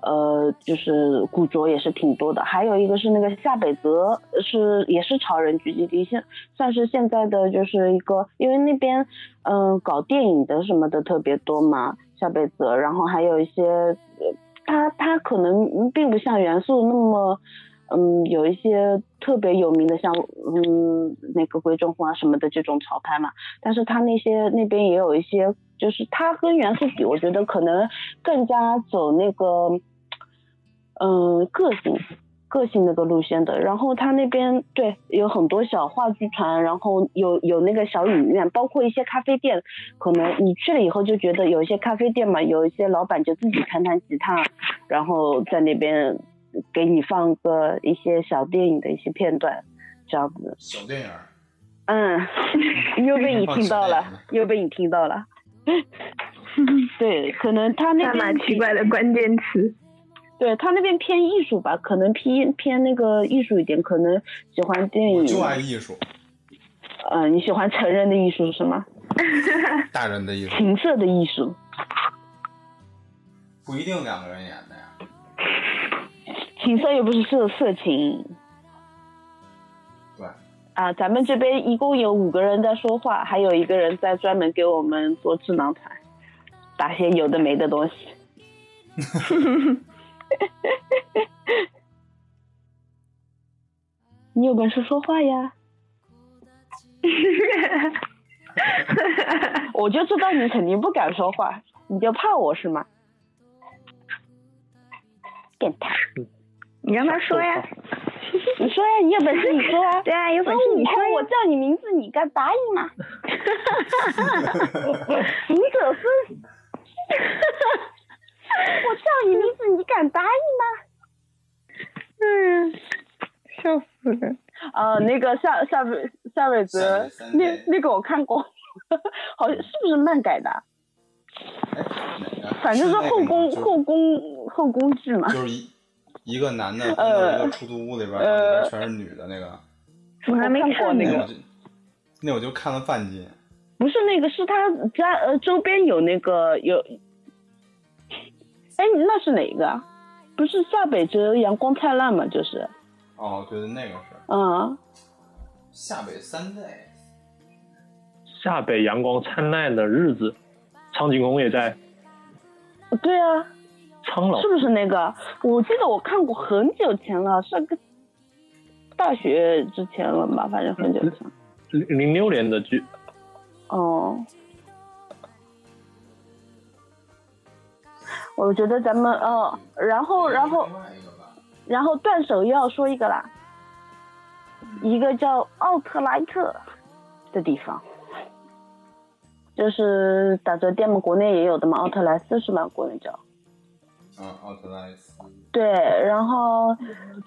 Speaker 2: 呃，就是古着也是挺多的。还有一个是那个下北泽，是也是潮人聚集地，现算是现在的就是一个，因为那边嗯、呃搞电影的什么的特别多嘛，下北泽，然后还有一些，呃它它可能并不像元素那么。嗯，有一些特别有名的像，嗯那个鬼冢红啊什么的这种潮牌嘛，但是它那些那边也有一些，就是它跟元素比，我觉得可能更加走那个，嗯、个性个性那个路线的。然后它那边对有很多小话剧团，然后有有那个小影院，包括一些咖啡店，可能你去了以后就觉得有一些咖啡店嘛，有一些老板就自己弹弹吉他，然后在那边给你放个一些小电影的一些片段，这样子。
Speaker 1: 小电影儿，
Speaker 2: 嗯，又被你听到了，又被你听到了。 对，可能他那
Speaker 3: 代码
Speaker 2: 边
Speaker 3: 奇怪的关键词。
Speaker 2: 对他那边偏艺术吧，可能偏偏那个艺术一点，可能喜欢电
Speaker 1: 我
Speaker 2: 影。
Speaker 1: 就爱艺术，
Speaker 2: 嗯、你喜欢成人的艺术是吗？
Speaker 1: 大人的艺术，
Speaker 2: 情色的艺术，
Speaker 1: 不一定两个人演的呀。
Speaker 2: 情色又不是色色情
Speaker 1: 对，
Speaker 2: 啊。咱们这边一共有五个人在说话，还有一个人在专门给我们做智囊团，打些有的没的东西。你有本事说话 呀！我就知道你肯定不敢说话，你就怕我是吗？变态！
Speaker 4: 你让他说呀，
Speaker 2: 你说呀，你有本事你说啊！
Speaker 4: 对啊，有本
Speaker 2: 孙
Speaker 4: 事
Speaker 2: 悟
Speaker 4: 你说
Speaker 2: 空，我
Speaker 4: 呀。
Speaker 2: 叫你名字，你该答应 嘛！行者孙， 我叫你名字，你敢答应 吗？
Speaker 4: 嗯，笑死了。
Speaker 2: 呃，那个夏夏北夏北泽
Speaker 1: 三，三
Speaker 2: 那
Speaker 1: 三
Speaker 2: 那个我看过，好
Speaker 1: 嗯
Speaker 2: 像是不是漫改的啊？
Speaker 1: 哎，哪个
Speaker 2: 反正是
Speaker 1: 那个
Speaker 2: 后
Speaker 1: 吗
Speaker 2: 宫
Speaker 1: 就是
Speaker 2: 后宫后宫呃剧嘛。
Speaker 1: 就是一一个男的关到一个出租屋里边儿，然后里
Speaker 2: 呃
Speaker 1: 边全是女的那个，
Speaker 4: 我还没
Speaker 2: 我看过
Speaker 4: 看
Speaker 2: 那
Speaker 4: 呢
Speaker 1: 那
Speaker 2: 个
Speaker 1: 我就那我就看了半集，
Speaker 2: 不是那个，是他家呃周边有那个有，哎，那是哪一个啊？不是下北泽阳光灿烂吗？就是，
Speaker 1: 哦，对对，那个是
Speaker 2: 嗯，
Speaker 1: 下北三代。
Speaker 6: 下北阳光灿烂的日子，苍井空也在，
Speaker 2: 对啊，
Speaker 6: 苍老
Speaker 2: 是不是那个？啊我记得我看过很久前了，上个大学之前了吧，反正很久前。
Speaker 6: 零零六年的剧，
Speaker 2: 哦，我觉得咱们哦，然后然后
Speaker 1: 另外一个吧，
Speaker 2: 然后断手又要说一个啦，一个叫奥特莱特的地方，就是打折店嘛，国内也有的嘛，奥特莱斯是吧？国内叫。
Speaker 1: 嗯，奥特莱斯。
Speaker 2: 对，然后，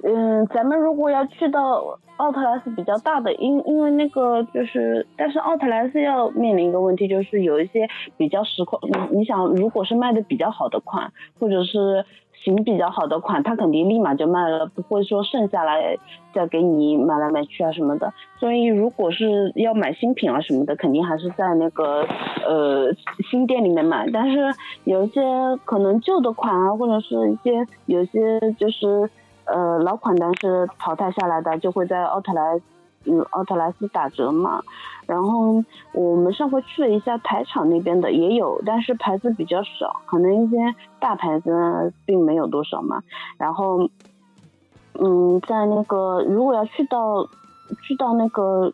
Speaker 2: 嗯，咱们如果要去到奥特莱斯比较大的，因因为那个就是，但是奥特莱斯要面临一个问题，就是有一些比较实况，你你想，如果是卖的比较好的款，或者是型比较好的款，它肯定立马就卖了，不会说剩下来再给你买来买去啊什么的。所以如果是要买新品啊什么的，肯定还是在那个呃新店里面买。但是有一些可能旧的款啊，或者是一些有一些就是呃老款，但是淘汰下来的，就会在奥特莱嗯奥特莱斯打折嘛。然后我们上回去了一下台场那边的也有，但是牌子比较少，可能一些大牌子并没有多少嘛。然后，嗯，在那个如果要去到去到那个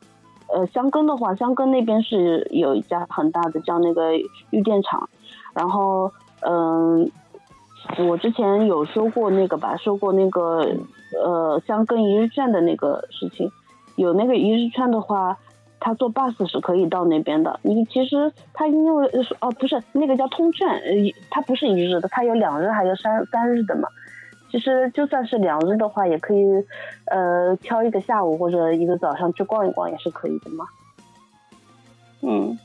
Speaker 2: 呃香根的话，香根那边是有一家很大的叫那个玉电厂，然后嗯、我之前有说过那个吧，说过那个呃香根一日券的那个事情，有那个一日券的话。他坐 bus 是可以到那边的。你其实他因为哦，不是那个叫通券，呃，它不是一日的，它有两日还有三三日的嘛。其实就算是两日的话，也可以，呃，挑一个下午或者一个早上去逛一逛也是可以的嘛。嗯，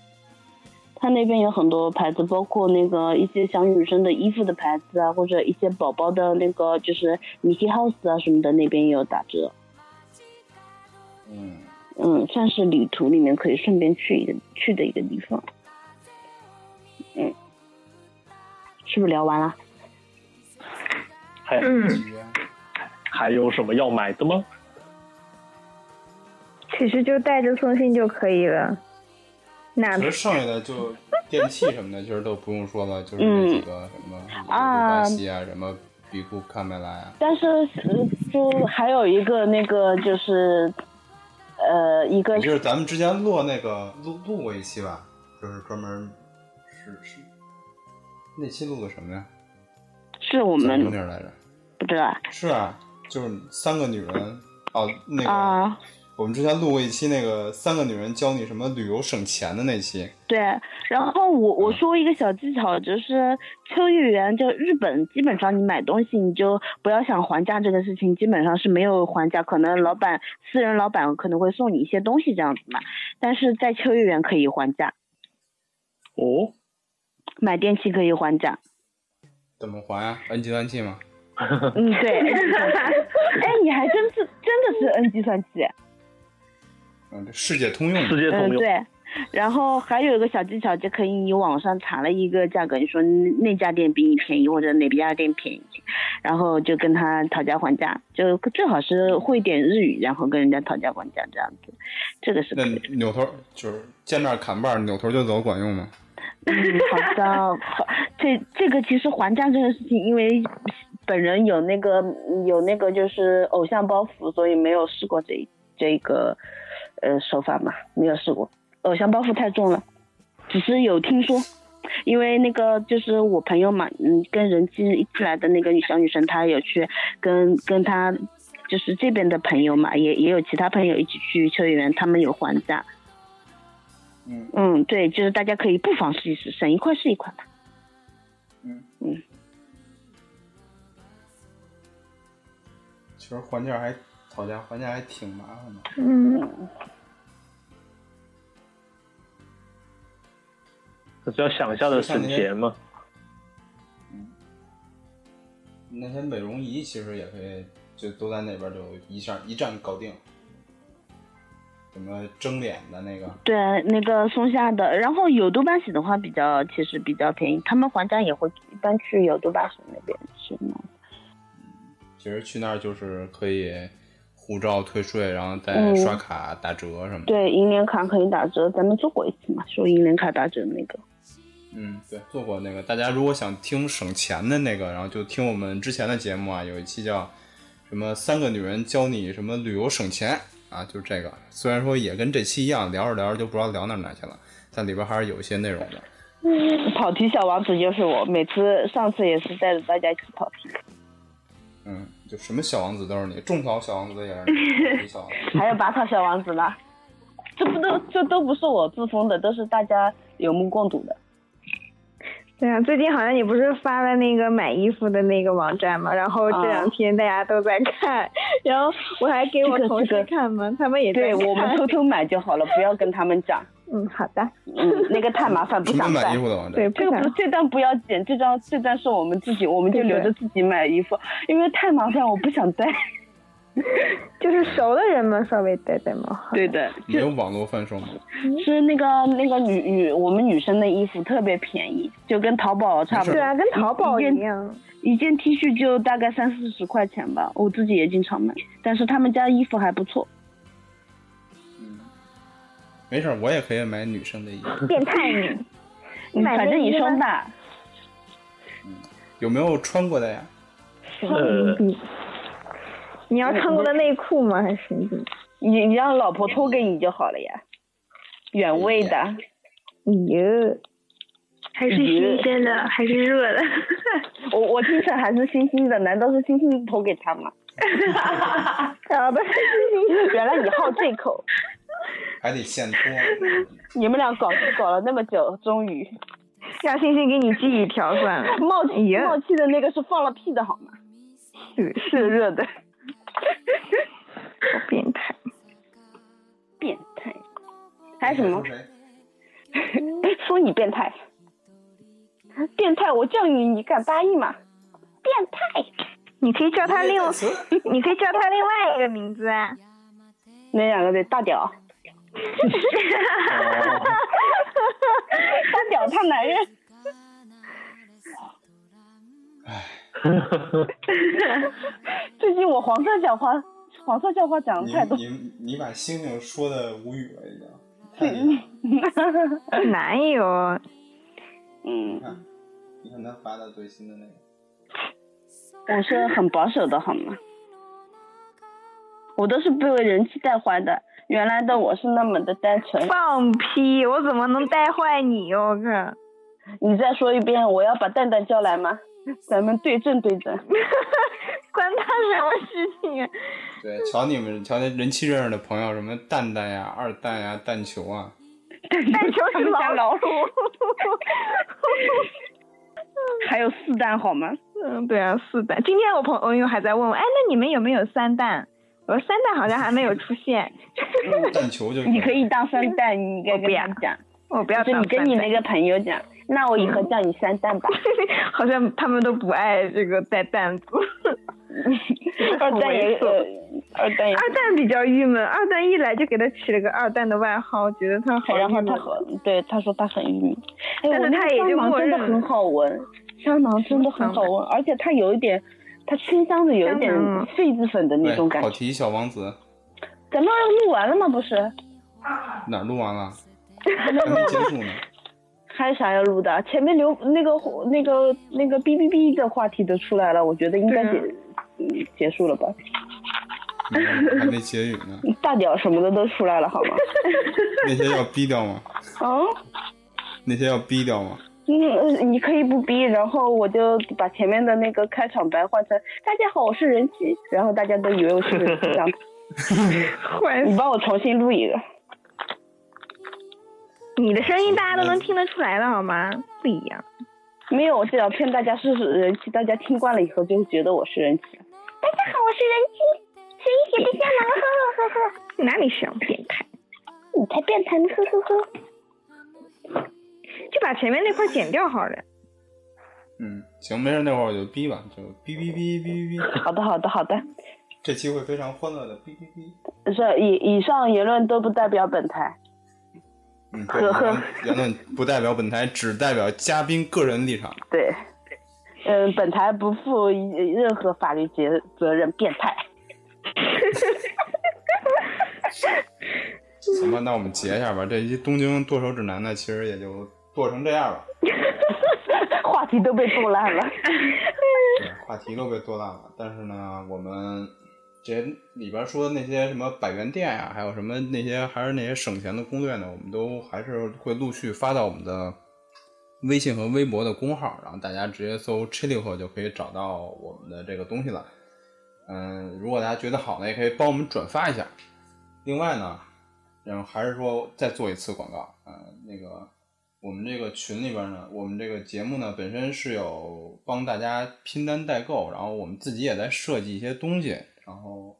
Speaker 2: 他那边有很多牌子，包括那个一些小女生的衣服的牌子啊，或者一些宝宝的那个就是 Mickey House 啊什么的，那边也有打折。
Speaker 1: 嗯，
Speaker 2: 嗯，算是旅途里面可以顺便去一个去的一个地方。嗯，是不是聊完了？
Speaker 6: 还、
Speaker 3: 嗯，
Speaker 6: 还有什么要买的吗？
Speaker 4: 其实就带着送信就可以了。那
Speaker 1: 其实剩下的就电器什么的，其实都不用说了，就是那几个什么
Speaker 2: 嗯
Speaker 1: 巴西啊，什么比库卡梅拉啊呀，
Speaker 2: 但是呃就还有一个那个就是，呃，一个
Speaker 1: 也就是咱们之前录那个录录过一期吧，就是专门是是那期录的什么呀？
Speaker 2: 是我
Speaker 1: 我什么
Speaker 2: 们
Speaker 1: 地儿来着？
Speaker 2: 不知道
Speaker 1: 是啊，就是三个女人哦，那个、
Speaker 2: 啊，
Speaker 1: 我们之前录过一期那个三个女人教你什么旅游省钱的那期，
Speaker 2: 对。然后我我说一个小技巧，就是秋叶原，就日本，基本上你买东西你就不要想还价这个事情，基本上是没有还价，可能老板私人老板可能会送你一些东西这样子嘛，但是在秋叶原可以还价，
Speaker 6: 哦，
Speaker 2: 买电器可以还价。
Speaker 1: 怎么还啊呀、按计算器吗？
Speaker 2: 嗯，对。哎，你还真是真的是 N 计算器。
Speaker 1: 嗯，这世界通用
Speaker 6: 世界通
Speaker 2: 嗯，
Speaker 6: 用、
Speaker 2: 对。然后还有一个小技巧，就可以你网上查了一个价格，你说那家店比你便宜，或者哪家店便宜，然后就跟他讨价还价，就最好是会点日语，然后跟人家讨价还价这样子，这个是可
Speaker 1: 那
Speaker 2: 以的。
Speaker 1: 扭头就是见面砍半，扭头就走，管用吗？
Speaker 2: 嗯，好的，好，这这个其实还价这个事情，因为本人有那个呃有那个就是偶像包袱，所以没有试过这一这一个呃手法嘛，没有试过，偶像包袱太重了，只是有听说。因为那个就是我朋友嘛，嗯，跟人妻一起来的那个女小女生，她有去跟跟她就是这边的朋友嘛，也也有其他朋友一起去秋叶原，他们有还价，嗯，对，就是大家可以不妨试一试，省一块是一块嘛。
Speaker 1: 嗯
Speaker 2: 嗯，
Speaker 1: 其实还价还讨价还价还挺麻烦的。
Speaker 4: 嗯，
Speaker 6: 可是要想一下的省 钱嘛。
Speaker 1: 那些美容仪其实也可以，就都在那边就一下一站搞定。什么蒸脸的那个，
Speaker 2: 对，那个松下的，然后有多巴喜的话比较，其实比较便宜，他们还价也会一般去有多巴喜那边吃呢。
Speaker 1: 其实去那儿就是可以护照退税，然后再刷卡打折什么的。
Speaker 2: 对，银联卡可以打折，咱们做过一次嘛，说银联卡打折那个。
Speaker 1: 嗯，对，做过那个。大家如果想听省钱的那个，然后就听我们之前的节目啊，有一期叫什么“三个女人教你什么旅游省钱”啊，就是这个。虽然说也跟这期一样，聊着聊着就不知道聊哪儿哪去了，但里边还是有一些内容的。
Speaker 2: 跑题小王子就是我，每次上次也是带着大家一起跑题，
Speaker 1: 嗯，就什么小王子都是你，种草小王子也是你，小 王子。
Speaker 2: 还有拔草小王子呢， 这不都这都不是我自封的，都是大家有目共睹的。
Speaker 4: 对啊，最近好像你不是发了那个买衣服的那个网站嘛，然后这两天大家都在看，
Speaker 2: 哦
Speaker 4: 然后我还给我
Speaker 2: 这个
Speaker 4: 同
Speaker 2: 这
Speaker 4: 事
Speaker 2: 个
Speaker 4: 看嘛，他们也在
Speaker 2: 对我们
Speaker 4: 看
Speaker 2: 偷偷买就好了，不要跟他们讲，
Speaker 4: 嗯，好的，
Speaker 2: 嗯，那个太麻 烦，不
Speaker 1: 什么
Speaker 2: 想
Speaker 1: 买
Speaker 2: 带
Speaker 1: 衣。服的网站
Speaker 4: 对，？
Speaker 2: 这
Speaker 4: 不
Speaker 2: 个
Speaker 4: 想
Speaker 2: 不，这段不要剪，这段这段是我们自己，我们就
Speaker 4: 对对
Speaker 2: 留着自己买衣服，因为太麻烦，我不想带。
Speaker 4: 就是熟的人嘛，稍微带带嘛。
Speaker 2: 对的，
Speaker 1: 没有网络贩售吗？
Speaker 2: 是那个那个女女我们女生的衣服特别便宜，就跟淘宝差不
Speaker 4: 对
Speaker 2: 多，
Speaker 4: 啊，跟淘宝
Speaker 2: 一件
Speaker 4: 一 样。
Speaker 2: 一件 T 恤就大概三四十块钱吧，我自己也经常买，但是他们家衣服还不错。
Speaker 1: 没事儿，我也可以买女生的衣服。
Speaker 4: 变态女，
Speaker 2: 嗯
Speaker 4: 买
Speaker 2: 反正
Speaker 4: 内
Speaker 2: 你
Speaker 4: 衣
Speaker 2: 胸
Speaker 4: 吗
Speaker 2: 大，
Speaker 1: 有没有穿过的呀？
Speaker 6: 呃，
Speaker 4: 你要穿过的内裤吗？还是什么？
Speaker 2: 你你让老婆脱给你就好了呀，原味的。
Speaker 4: 哟，
Speaker 3: 还是新鲜的，还是热的。
Speaker 2: 我我听起来还是星星的，难道是星星脱给他吗？
Speaker 4: 好的，
Speaker 2: 原来你好这口，
Speaker 1: 还得现脱。
Speaker 2: 你们俩搞基搞了那么久，终于
Speaker 4: 让星星给你寄一条算了。
Speaker 2: 冒气
Speaker 4: 呀
Speaker 2: 冒气的那个是放了屁的好吗？
Speaker 4: 是
Speaker 2: 热热的，
Speaker 4: 好变态。
Speaker 2: 变态。 还有什 么哎
Speaker 1: 说？谁？
Speaker 2: 说你变态，变态！我叫你，你敢答应吗？变态！
Speaker 4: 你可以叫他另，
Speaker 1: 词
Speaker 4: 你可以叫他另外一个名字啊。
Speaker 2: 那两个得大屌，大屌他男人。 最近我黄色笑话，黄色笑话讲的太多
Speaker 1: 你。你你把星星说的无语了，已 经。太厉害了！
Speaker 4: 哪有？
Speaker 2: 嗯，
Speaker 1: 你看他发的最新的那个，
Speaker 2: 我是很保守的，好吗？我都是被人气带坏的，原来的我是那么的单纯。
Speaker 4: 放屁！我怎么能带坏你哟？我靠！
Speaker 2: 你再说一遍，我要把蛋蛋叫来吗？咱们对阵对阵。
Speaker 4: 关他什么事情啊？
Speaker 1: 对，瞧你们，瞧那人气认识的朋友，什么蛋蛋呀、二蛋呀、蛋球啊，
Speaker 4: 但球是
Speaker 2: 他们家
Speaker 4: 老
Speaker 2: 老
Speaker 4: 鼠。
Speaker 2: 还有四蛋好吗？
Speaker 4: 嗯，对啊，四蛋。今天我朋朋友还在问我，哎，那你们有没有三蛋？我说三蛋好像还没有出现，
Speaker 1: 蛋球就
Speaker 2: 你可以当三蛋，你应该跟他
Speaker 4: 我
Speaker 2: 们
Speaker 4: 不
Speaker 2: 讲，
Speaker 4: 我不要
Speaker 2: 就
Speaker 4: 当
Speaker 2: 你跟你
Speaker 4: 三蛋
Speaker 2: 那个朋友讲，那我以后叫你三蛋吧，
Speaker 4: 好像他们都不爱这个带蛋子。嗯
Speaker 2: 二蛋也
Speaker 4: 猥琐
Speaker 2: 呃，二蛋也，
Speaker 4: 二蛋比较郁闷，二蛋一来就给他起了个二蛋的外号，觉得他好郁
Speaker 2: 哎然后
Speaker 4: 闷。
Speaker 2: 他很对他说他很郁闷，哎，
Speaker 4: 但是
Speaker 2: 我那
Speaker 4: 他
Speaker 2: 个
Speaker 4: 也
Speaker 2: 香
Speaker 4: 就
Speaker 2: 囊
Speaker 4: 默
Speaker 2: 真的
Speaker 4: 认
Speaker 2: 很好闻，香囊真的很好闻，而且它有一点，它清香的有一点
Speaker 4: 香囊
Speaker 2: 痱子粉的那种
Speaker 1: 对，
Speaker 2: 感
Speaker 1: 跑
Speaker 2: 觉。
Speaker 1: 题小王子
Speaker 2: 咱们录完了吗？不是，
Speaker 1: 哪儿录完了？还 没结束呢。
Speaker 2: 还有啥要录的？前面留那个那个那个哔哔哔的话题都出来了，我觉得应该
Speaker 4: 对
Speaker 2: 结、
Speaker 4: 啊
Speaker 2: 嗯结束了吧？
Speaker 1: 没有还没结语呢，
Speaker 2: 大屌什么的都出来了，好吗？
Speaker 1: 那些要逼掉吗？
Speaker 2: 嗯。
Speaker 1: 那些要逼掉吗？
Speaker 2: 嗯，你可以不逼，然后我就把前面的那个开场白换成“大家好，我是人气”，然后大家都以为我是人气这样子。
Speaker 4: 坏
Speaker 2: 你帮我重新录一个，
Speaker 4: 你的声音大家都能听得出来的好吗？不一样。
Speaker 2: 没有，我只要骗大家是人气，大家听惯了以后就会觉得我是人气。
Speaker 4: 大家好，我是人机，谁写的香囊？呵呵呵呵。哪里像变态？
Speaker 2: 你才变态呢，呵呵呵。
Speaker 4: 就把前面那块剪掉好了。
Speaker 1: 嗯，行，没事，那会儿我就逼吧，就逼逼逼逼逼逼。
Speaker 2: 好的，好的，好的。
Speaker 1: 这期会非常欢乐的，哔哔哔。
Speaker 2: 是以以上言论都不代表本台。
Speaker 1: 嗯，对言言论不代表本台，只代表嘉宾个人立场。
Speaker 2: 对，嗯，本台不负任何法律责责任，变态。
Speaker 1: 行吧，那我们截一下吧。这一东京剁手指南呢，其实也就剁成这样吧。
Speaker 2: 话题都被做烂了。
Speaker 1: 对，话题都被做烂了。但是呢，我们这里边说的那些什么百元店呀、还有什么那些还是那些省钱的攻略呢，我们都还是会陆续发到我们的微信和微博的公号，然后大家直接搜 “chilico” 就可以找到我们的这个东西了。嗯，如果大家觉得好呢，也可以帮我们转发一下。另外呢，然后还是说再做一次广告，呃，那个我们这个群里边呢，我们这个节目呢本身是有帮大家拼单代购，然后我们自己也在设计一些东西，然后，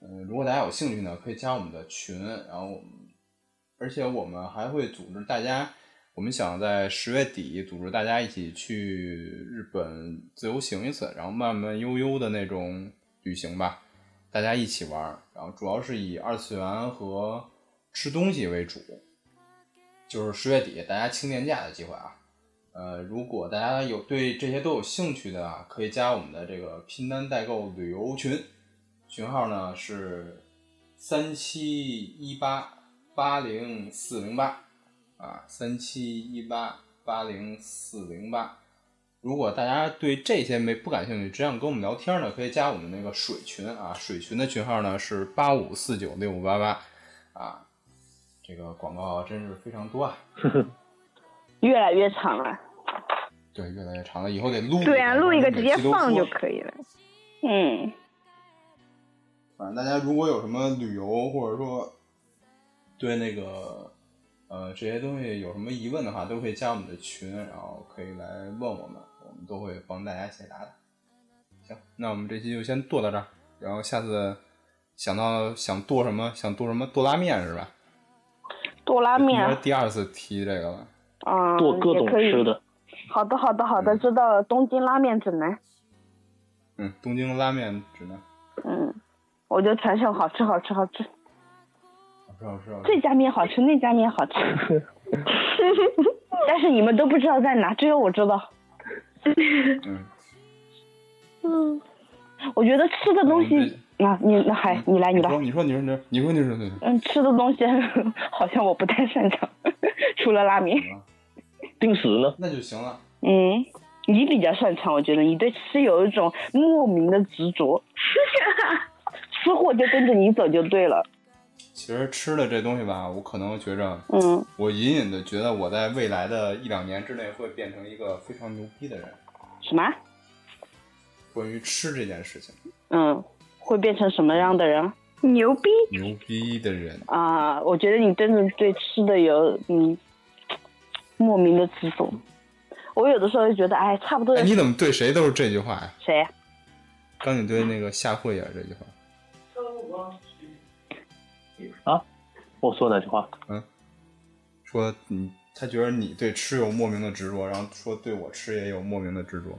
Speaker 1: 嗯、如果大家有兴趣呢，可以加我们的群，然后我们，而且我们还会组织大家，我们想在十月底组织大家一起去日本自由行一次，然后慢慢悠悠的那种旅行吧，大家一起玩儿，然后主要是以二次元和吃东西为主，就是十月底大家清年假的机会啊。呃，如果大家有对这些都有兴趣的啊，可以加我们的这个拼单代购旅游群，群号呢是三七一八八零四零八啊，三七一八八零四零八。如果大家对这些没不感兴趣，只想跟我们聊天呢，可以加我们那个水群啊，水群的群号呢是八五四九六五八八啊。这个广告真是非常多啊！
Speaker 2: 越来越长了。
Speaker 1: 对，越来越长了，以后得录。
Speaker 4: 对啊，录一个直接放就
Speaker 1: 以。
Speaker 4: 可以了。
Speaker 2: 嗯，
Speaker 1: 反正大家如果有什么旅游，或者说对那个呃这些东西有什么疑问的话，都可以加我们的群，然后可以来问我们，我们都会帮大家解答的。行，那我们这期就先剁到这儿，然后下次想到想剁什么，想剁什么剁拉面是吧？
Speaker 2: 多拉面
Speaker 4: 啊
Speaker 1: 应该是第二次提这个了。
Speaker 2: 啊，
Speaker 6: 哦做各
Speaker 2: 也
Speaker 6: 种
Speaker 2: 可以
Speaker 6: 吃。的。嗯
Speaker 2: 好的，好的，好的，知道了。东京拉面指南，
Speaker 1: 嗯，东京拉面指南，
Speaker 2: 嗯，我就传授好吃，好吃，好吃。
Speaker 1: 好吃好吃好吃。
Speaker 2: 这家面好吃，那家面好吃， 但是你们都不知道在哪，只有我知道。
Speaker 1: 嗯，
Speaker 2: 嗯，我觉得吃的东
Speaker 1: 嗯
Speaker 2: 西，那、啊、你那还你来你
Speaker 1: 你
Speaker 2: 来
Speaker 1: 说，你说你说你说你说你说你说。
Speaker 2: 嗯，吃的东西 好像我不太擅长， 除了拉面，
Speaker 6: 定时呢？
Speaker 1: 那就行了。
Speaker 2: 嗯，你比较擅长，我觉得你对吃有一种莫名的执着，吃货就跟着你走就对了，
Speaker 1: 其实吃的这东西吧，我可能觉着，
Speaker 2: 嗯，
Speaker 1: 我隐隐的觉得我在未来的一两年之内会变成一个非常牛逼的人。
Speaker 2: 什么？
Speaker 1: 关于吃这件事情，
Speaker 2: 嗯，会变成什么样的人？
Speaker 4: 牛逼！
Speaker 1: 牛逼的人，
Speaker 2: 啊，我觉得你真的对吃的有嗯莫名的执着。我有的时候就觉得，哎，差不多
Speaker 1: 哎，
Speaker 2: 的
Speaker 1: 你怎么对谁都是这句话呀？
Speaker 2: 谁啊？
Speaker 1: 刚你对那个夏慧也是这句话，
Speaker 6: 我说哪句话？
Speaker 1: 说你他觉得你对吃有莫名的执着，然后说对我吃也有莫名的执着。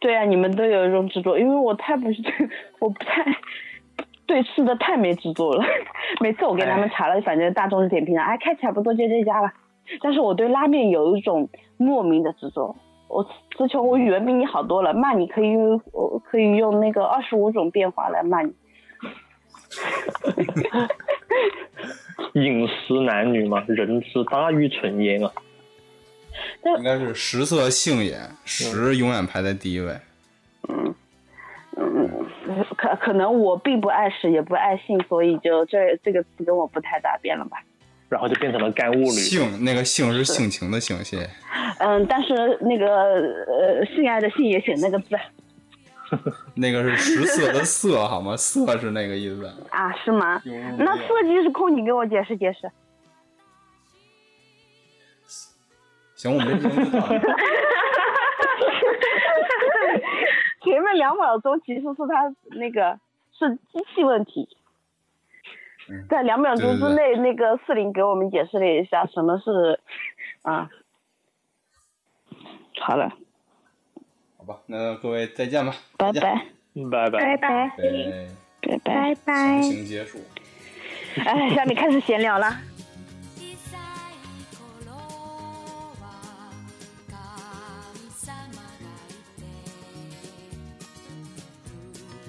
Speaker 2: 对啊，你们都有一种执着，因为我太不是，我不太对吃的太没执着了。 每次我给他们查了，反正大众点评啊，哎，看起来不错，就这家了。但是我对拉面有一种莫名的执着。我词穷，我语文比你好多了，骂你可以用，我可以用那个二十五种变化来骂你。
Speaker 6: 饮食男女嘛，人之大欲存焉啊。
Speaker 1: 应该是食色性也，食永远排在第一位。
Speaker 2: 嗯可可能我并不爱食，也不爱性，所以就这这个词跟我不太搭边了吧。
Speaker 6: 然后就变成了干物女。
Speaker 1: 性那个性是性情的性，谢谢。
Speaker 2: 嗯，但是那个呃，性爱的性也写那个字
Speaker 1: 那个是食色的色，好吗？色是那个意思。
Speaker 2: 啊，是吗？
Speaker 1: 有
Speaker 2: 那色即是空，你给我解释解释。
Speaker 1: 行，我们这节目就到这儿
Speaker 2: 前面两秒钟其实是他那个是机器问题
Speaker 1: 嗯，
Speaker 2: 在两秒钟之
Speaker 1: 对
Speaker 2: 内，那个四零给我们解释了一下什么是啊。好了，
Speaker 1: 好吧，那各位再见吧，
Speaker 2: 拜
Speaker 1: 再见
Speaker 2: 拜。
Speaker 6: 拜
Speaker 4: 拜
Speaker 6: 拜。
Speaker 4: 拜。
Speaker 1: 对。
Speaker 2: 拜拜。
Speaker 3: 拜拜
Speaker 1: 强。行结束。
Speaker 4: 哎，下面开始闲聊了。
Speaker 7: 小さい頃は神様がいて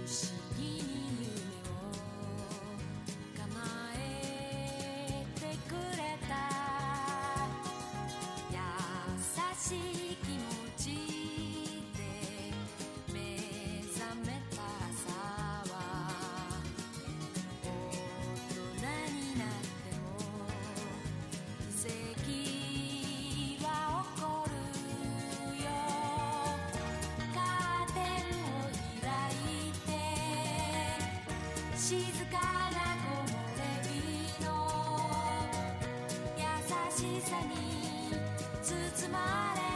Speaker 7: 不思議に夢を構えてくれた優しい気持ちで目覚めた朝は大人になっても奇跡は起こるよカーテンを開いて静かな木漏れ日の優しさに包まれ